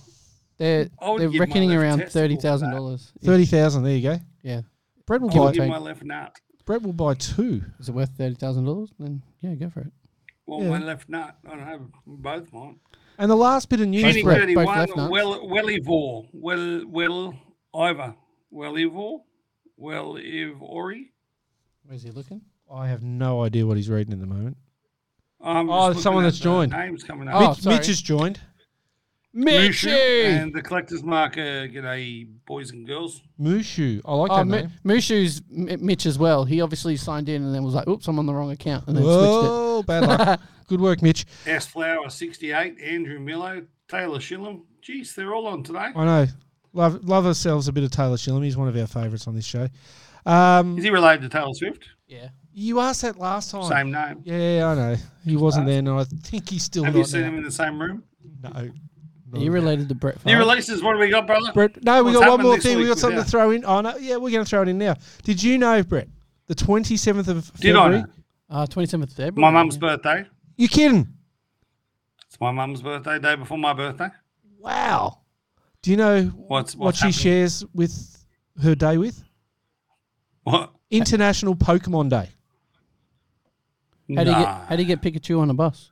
C: They're
B: I would
C: they're
B: give my
C: reckoning
B: left
C: around
B: testicle
C: thirty
B: for that.
C: thousand dollars.
D: thirty thousand. There you go.
C: Yeah.
D: Brett will
B: I would
D: buy.
B: give
C: take-
B: my left nut.
D: Brett will buy two.
C: Is it worth thirty thousand dollars? Then yeah, go for it.
B: Well,
D: Yeah.
B: my left nut. I don't have both mine.
D: And the last bit of news,
B: Any
D: Brett.
C: Brett, both
B: thirty-one.
C: left nuts.
B: Well, Wellivore. Well, well, Ivor. Wellivore. Well, Ivori.
C: Where's he looking?
D: I have no idea what he's reading at the moment.
B: I'm just
D: Oh,
B: looking
D: someone
B: at
D: that's
B: the
D: joined.
B: Names coming
C: Oh,
B: up.
D: Mitch,
C: sorry.
D: Mitch has joined.
B: Mushu
C: Mushu.
B: and the collector's marker. G'day, boys and girls.
D: Mushu. I like
C: Oh,
D: that
C: Mu-
D: name.
C: Mushu's M- Mitch as well. He obviously signed in and then was like, "Oops, I'm on the wrong account," and then switched
D: Whoa, bad luck. Good work, Mitch.
B: S Flower sixty eight. Andrew Millo. Taylor Shillam. Jeez, they're all on today.
D: I know. Love love ourselves a bit of Taylor Shillam. He's one of our favourites on this show. Um, oh,
B: Is he related to Taylor Swift?
C: it. Yeah.
D: you asked that last time.
B: Same name.
D: Yeah, I know. He wasn't there, and I think he's still
B: Have
D: not
B: you seen
D: now.
B: him in the same room?
D: No.
C: Are you related to Brett?
B: New
C: Favre?
B: releases. What have we got, brother?
D: Brett, no, we
B: What's
D: got one
B: happened
D: more
B: this
D: thing. We
B: week
D: got
B: with
D: something to
B: that?
D: throw in. Oh no, yeah, we're going to throw it in now. Did you know, Brett, the twenty seventh of
B: Did I?
D: February?
B: know?
C: Uh, 27th of
B: My
C: February.
B: mum's
C: yeah.
B: birthday.
D: You kidding?
B: It's my mum's birthday, day before my birthday.
D: Wow. Do you know
B: What's-
D: what
B: what's
D: she
B: happening?
D: shares with her day with?
B: What?
D: International Pokemon Day.
C: How do you get
B: Nah.
C: How do you get Pikachu on a bus?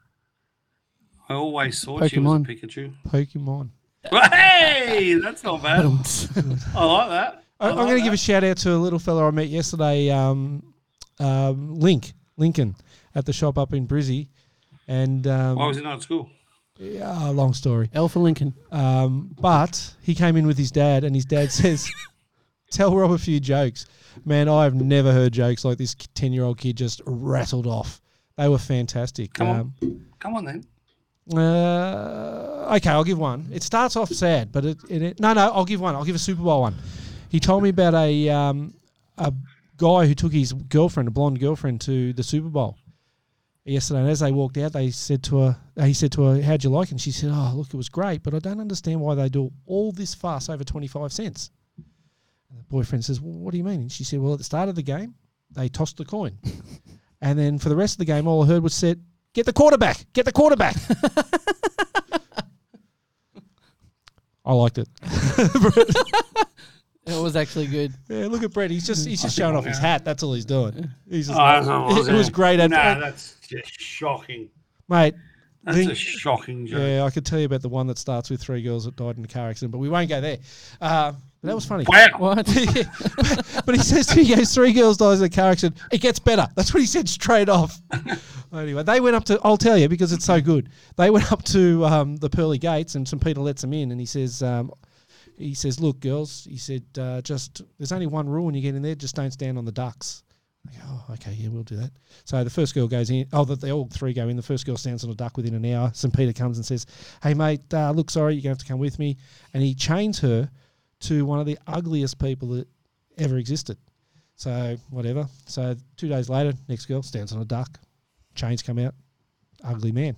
B: I always thought she was a
C: Pokemon?
B: Pikachu.
D: Pokemon.
B: hey, that's not bad. I like that.
D: I,
B: I like
D: I'm going to
B: that.
D: give a shout out to a little fella I met yesterday, um, um, Link Lincoln, at the shop up in Brizzy, and
B: Why
D: um,
B: was he not at school?
D: yeah, long story.
C: Alpha Lincoln.
D: Um, but he came in with his dad, and his dad says, tell Rob a few jokes. Man, I've never heard jokes like this 10 year old kid just rattled off. They were fantastic.
B: Come on. Come on then.
D: Um, uh, okay, I'll give one. It starts off sad, but it, it, it- no, no, I'll give one. I'll give a Super Bowl one. He told me about a, um, a guy who took his girlfriend, a blonde girlfriend, to the Super Bowl yesterday. And as they walked out, they said to her, he said to her, "How'd you like?" it?" And she said, "Oh, look, it was great, but I don't understand why they do all this fuss over twenty-five cents." And the boyfriend says, well, "What do you mean?" And she said, "Well, at the start of the game, they tossed the coin, and then for the rest of the game, all I heard was said, get the quarterback, get the quarterback.'" I liked it.
C: It was actually good.
D: Yeah, look at Brett. He's just he's just
B: think
D: showing
B: I'll
D: off his
B: go.
D: hat. That's all he's doing. He's just
B: Oh,
D: like-
B: that's what
D: it, was great, ad-
B: Nah,
D: ad-
B: that's just shocking.
D: mate.
B: That's
D: think-
B: a shocking joke.
D: Yeah, I could tell you about the one that starts with three girls that died in a car accident, but we won't go there. Uh, but that was funny.
B: Wow.
C: What?
D: but he says to me, he goes, three girls dies in a car accident. It gets better. That's what he said straight off. anyway, they went up to, I'll tell you because it's so good. They went up to um, the pearly gates and St. Peter lets them in and he says, um, he says, look, girls, he said, uh, just, there's only one rule when you get in there, just don't stand on the ducks. I go, Oh, okay, yeah, we'll do that. So the first girl goes in. Oh, that they all three go in. The first girl stands on a duck within an hour. St. Peter comes and says, "Hey, mate, uh, look, sorry, you're gonna have to come with me." And he chains her to one of the ugliest people that ever existed. So whatever. So two days later, next girl stands on a duck. Chains come out. Ugly man.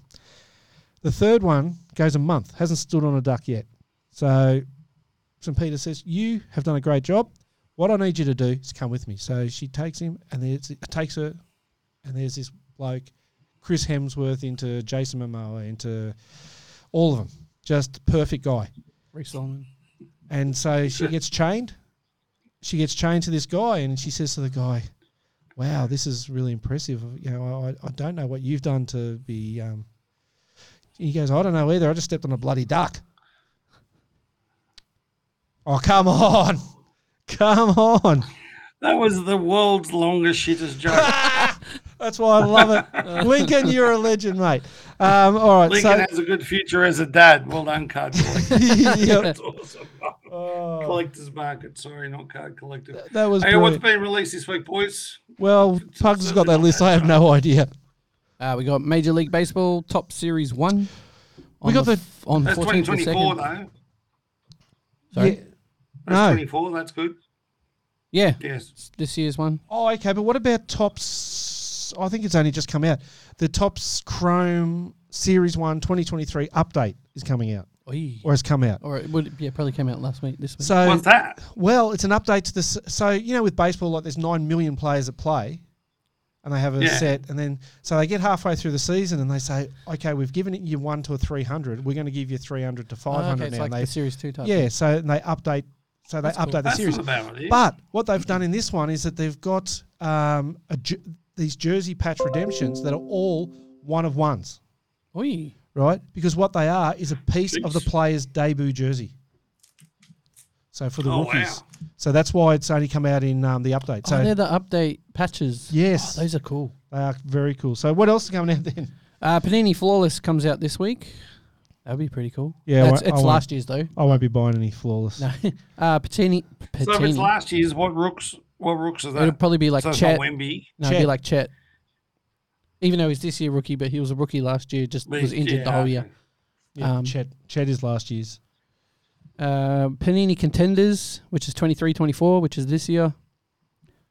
D: The third one goes a month. Hasn't stood on a duck yet. So St. Peter says, "You have done a great job. What I need you to do is come with me." So she takes him, and there's takes her, and there's this bloke, Chris Hemsworth into Jason Momoa into all of them, just perfect guy.
C: Rick Solomon.
D: And so she gets chained. She gets chained to this guy, and she says to the guy, "Wow, this is really impressive. You know, I, I don't know what you've done to be." Um. He goes, "I don't know either. I just stepped on a bloody duck." Oh come on, come on!
B: That was the world's longest shittest joke.
D: That's why I love it, Lincoln. You're a legend, mate. Um, all right,
B: Lincoln
D: so
B: has a good future as a dad. Well done, card collector.
D: Yep.
B: That's awesome. Collector's market. Sorry, not card collector.
D: that was
B: Hey, what's
D: brilliant.
B: been released this week, boys?
D: well. Pugs has got that list. I have no idea.
C: Uh, we got Major League Baseball Top Series One. on
D: got the-
C: f- on
B: That's
C: 14th of the
B: 2024, though.
C: second.
B: That's
C: Sorry?
D: Yeah. No.
B: 24. That's good.
C: Yeah,
B: Yes.
C: it's this year's one.
D: Oh, okay. But what about Tops? I think it's only just come out. The Tops Chrome Series 1 2023 update is coming out or has come out.
C: Or it would yeah probably came out last week. This week.
D: So,
B: What's that?
D: well, it's an update to this. So, you know, with baseball, like there's 9 million players that play and they have a
B: Yeah.
D: set. And then, so they get halfway through the season and they say, okay, we've given it you 1 to a 300. We're going to give you 300 to
C: Oh,
D: 500
C: okay, it's
D: now.
C: like
D: and
C: the series two type.
D: they, yeah. So, and they update. So they
C: That's cool.
D: update the
B: That's
D: series.
B: not about it.
D: But what they've done in this one is that they've got um, a, ju- these jersey patch redemptions that are all one of ones,
C: Oi.
D: right? Because what they are is a piece of the
B: Jeez.
D: player's debut jersey. So for the
B: Oh, wow.
D: rookies, so that's why it's only come out in um, the update. So
C: oh, they're the update patches.
D: Yes.
C: Oh, those are cool.
D: they are very cool. So what else is coming out then?
C: Uh, Panini Flawless comes out this week. That'd be pretty cool.
D: Yeah, I
C: That's,
D: won't- I
C: it's
D: won't-
C: last year's though.
D: I won't be buying any flawless.
C: No, uh, Patini.
B: so if it's
C: Patini.
B: last year's, what rooks? What rooks are that?
C: It'll probably be like
B: so it's
C: Chet.
B: not Wemby.
C: No, it'd be
D: Chet.
C: like Chet. Even though he's this year rookie, but he was a rookie last year, just
B: But
C: was
B: it's-
C: injured the
B: yeah,
C: whole
B: okay.
C: year.
D: Yeah,
C: Um,
D: Chet, Chet is last year's.
C: Uh, Panini Contenders, which is 23 24, which is this year.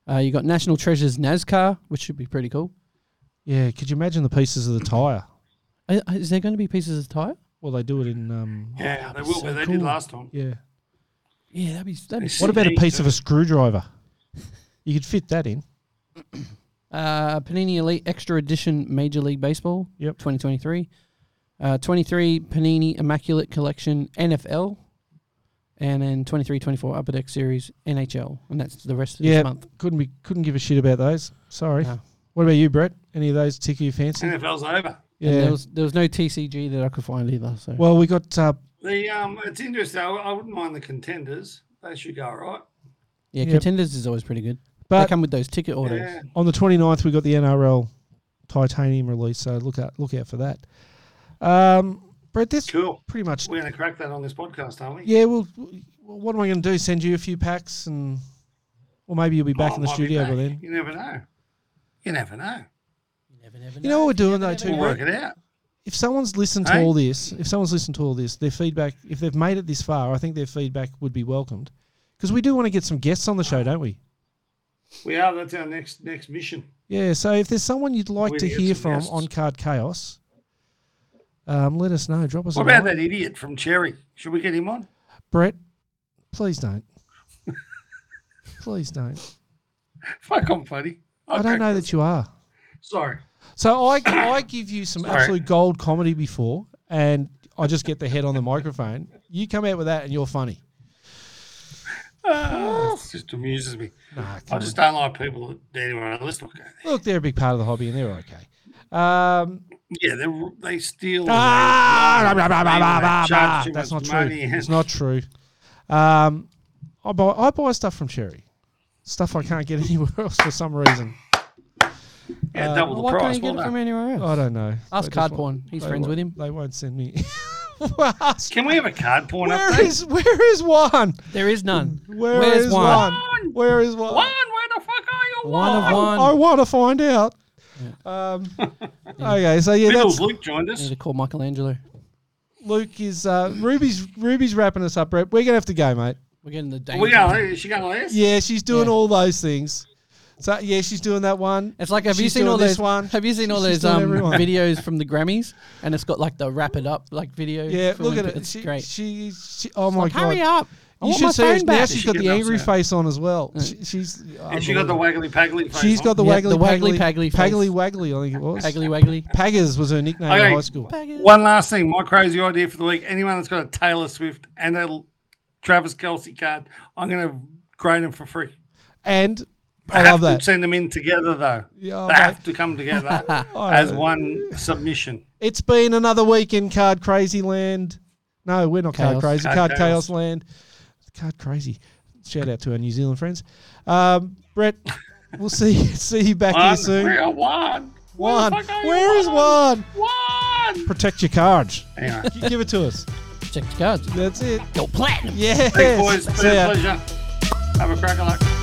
C: Uh, you got National Treasures NASCAR, which should be pretty cool.
D: Yeah, could you imagine the pieces of the tire?
C: Uh, Is there going to be pieces of tire?
D: Well, they do it in. Um,
B: Yeah, they
C: Oh, that'd be
B: will.
C: so
B: but they
C: cool.
B: did last time.
D: yeah.
C: Yeah, that'd be. That'd be
B: It's-
D: What about a
B: Unique,
D: piece of a
B: isn't
D: screwdriver? You could fit that in.
C: uh, Panini Elite Extra Edition Major League Baseball,
D: Yep.
C: 2023. Uh, 23 Panini Immaculate Collection NFL. And then 23 24 Upper Deck Series NHL. And that's the rest of
D: Yeah.
C: this month.
D: Couldn't be couldn't give a shit about those. Sorry.
C: No.
D: What about you, Brett? Any of those tickle you fancy?
B: NFL's over.
C: And
D: Yeah.
C: there, was, there was no TCG that I could find either. So
D: well, we got uh,
B: The um, it's interesting. I, I wouldn't mind the contenders. They should go all right.
C: Yeah,
D: Yep.
C: contenders is always pretty good. they
D: But-
C: come with those ticket orders.
B: Yeah.
D: on the 29th we got the NRL titanium release, so look out look out for that. Um, Brett, that's
B: Cool.
D: pretty much.
B: We're going to crack that on this podcast, aren't we?
D: Yeah, well, w- what am I going to do? Send you a few packs, and or maybe you'll be back
B: Oh,
D: in the
B: might be
D: studio
B: back.
D: by then.
B: You never know. You never know.
D: You know what we're doing though too.
B: We'll
D: Brett?
B: work it out.
D: If someone's listened to
B: Hey?
D: all this, if someone's listened to all this, their feedback, if they've made it this far, I think their feedback would be welcomed, because we do want to get some guests on the show, don't we?
B: We are. That's our next next mission.
D: Yeah. So if there's someone you'd like
B: We
D: to
B: need to
D: hear
B: get some
D: from
B: guests.
D: on Card Chaos, um, let us know. Drop us
B: What
D: a
B: about
D: line.
B: that idiot from Cherry? Should we get him on?
D: Brett. Please don't. please don't.
B: Fuck on, buddy.
D: I don't know that you are.
B: Sorry.
D: So I, I give you some
B: Sorry.
D: absolute gold comedy before, and I just get the head on the microphone. You come out with that, and you're funny.
B: Ah, it just amuses me.
D: Nah,
B: I
D: come
B: just don't like people that anywhere else. Look,
D: on. look, they're a big part of the hobby, and they're okay. Um,
B: yeah, they they steal. and they
D: ah,
B: lie
D: blah, blah, blah,
B: and they
D: blah, blah, blah.
B: charge too
D: ah, That's not
B: much
D: true.
B: money.
D: It's not true. Um, I buy I buy stuff from Cherry, stuff I can't get anywhere else for some reason.
B: Yeah,
D: uh,
B: double the
C: Why can't
B: price.
C: you get
B: well
C: it
B: done.
C: from anywhere else?
D: Oh, I don't know.
C: Ask
D: They just
C: Card
D: won't-
C: Porn. He's
D: they
C: friends
D: won't-
C: with him.
D: They won't send me. Ask-
B: Can we have a card porn
D: Where
B: update?
D: is where is Juan?
C: There is none.
D: Where
C: Where's
D: is
C: Juan?
D: Juan? Where is Juan?
B: Juan, where the fuck are you?
C: One of
B: Juan?
C: one.
D: I want to find out. Um, okay, so yeah,
B: Fiddles
D: that's
B: Luke joined
C: I need
B: us.
C: to call Michelangelo.
D: Luke is uh, Ruby's. Ruby's wrapping us up, Brett. We're gonna have to go, mate.
C: We're getting the
B: Are Oh, we
C: danger.
B: going? Is she going last?
D: Yeah, she's doing
C: Yeah.
D: all those things. So yeah, she's doing that one.
C: It's like have you
D: She's
C: seen
D: doing
C: all
D: this
C: those
D: one.
C: Have you seen all
D: She's
C: those
D: doing
C: um,
D: everyone.
C: videos from the Grammys? And it's got like the wrap it up like video.
D: Yeah,
C: for
D: look
C: when
D: at
C: pe-
D: it.
C: It's
D: she,
C: great.
D: She, she, oh my
C: like,
D: god!
C: hurry up! I
D: You
C: want
D: should
C: my
D: see her
C: phone
D: now.
C: back.
D: She's
B: She
D: got
B: can
D: the
B: also-
D: angry face on as well. She, she's
B: And she got the waggly paggly face.
D: She's got the
C: Yeah,
D: waggly
C: the waggly paggly
D: paggly
C: face.
D: paggly waggly. I think it was
C: Haggly waggly.
D: Paggers was her nickname
B: Okay.
D: in high school.
B: One last thing, my crazy idea for the week. Anyone that's got a Taylor Swift and a Travis Kelsey card, I'm going to grade them for free.
D: And
B: They
D: I
B: have
D: love
B: to
D: that.
B: Send them in together though.
D: Yeah,
B: they
D: mate.
B: have to come together
D: I
B: as
D: know.
B: one submission.
D: It's been another week in Card Crazy Land. No, we're not Card
C: Chaos.
D: Crazy. Card,
B: Card
D: Chaos.
B: Chaos.
D: Land. Card Crazy. Shout out to our New Zealand friends. Um, Brett, we'll see see you back here
B: One,
D: soon.
B: real one.
D: One, where is one?
B: One.
D: Protect your card.
B: Anyway,
D: G- Give it to us.
C: Check the cards.
D: That's it.
C: Go platinum.
D: Yes.
B: thanks, boys. It's
D: See
B: been
D: ya.
B: a pleasure. Have a crack of luck.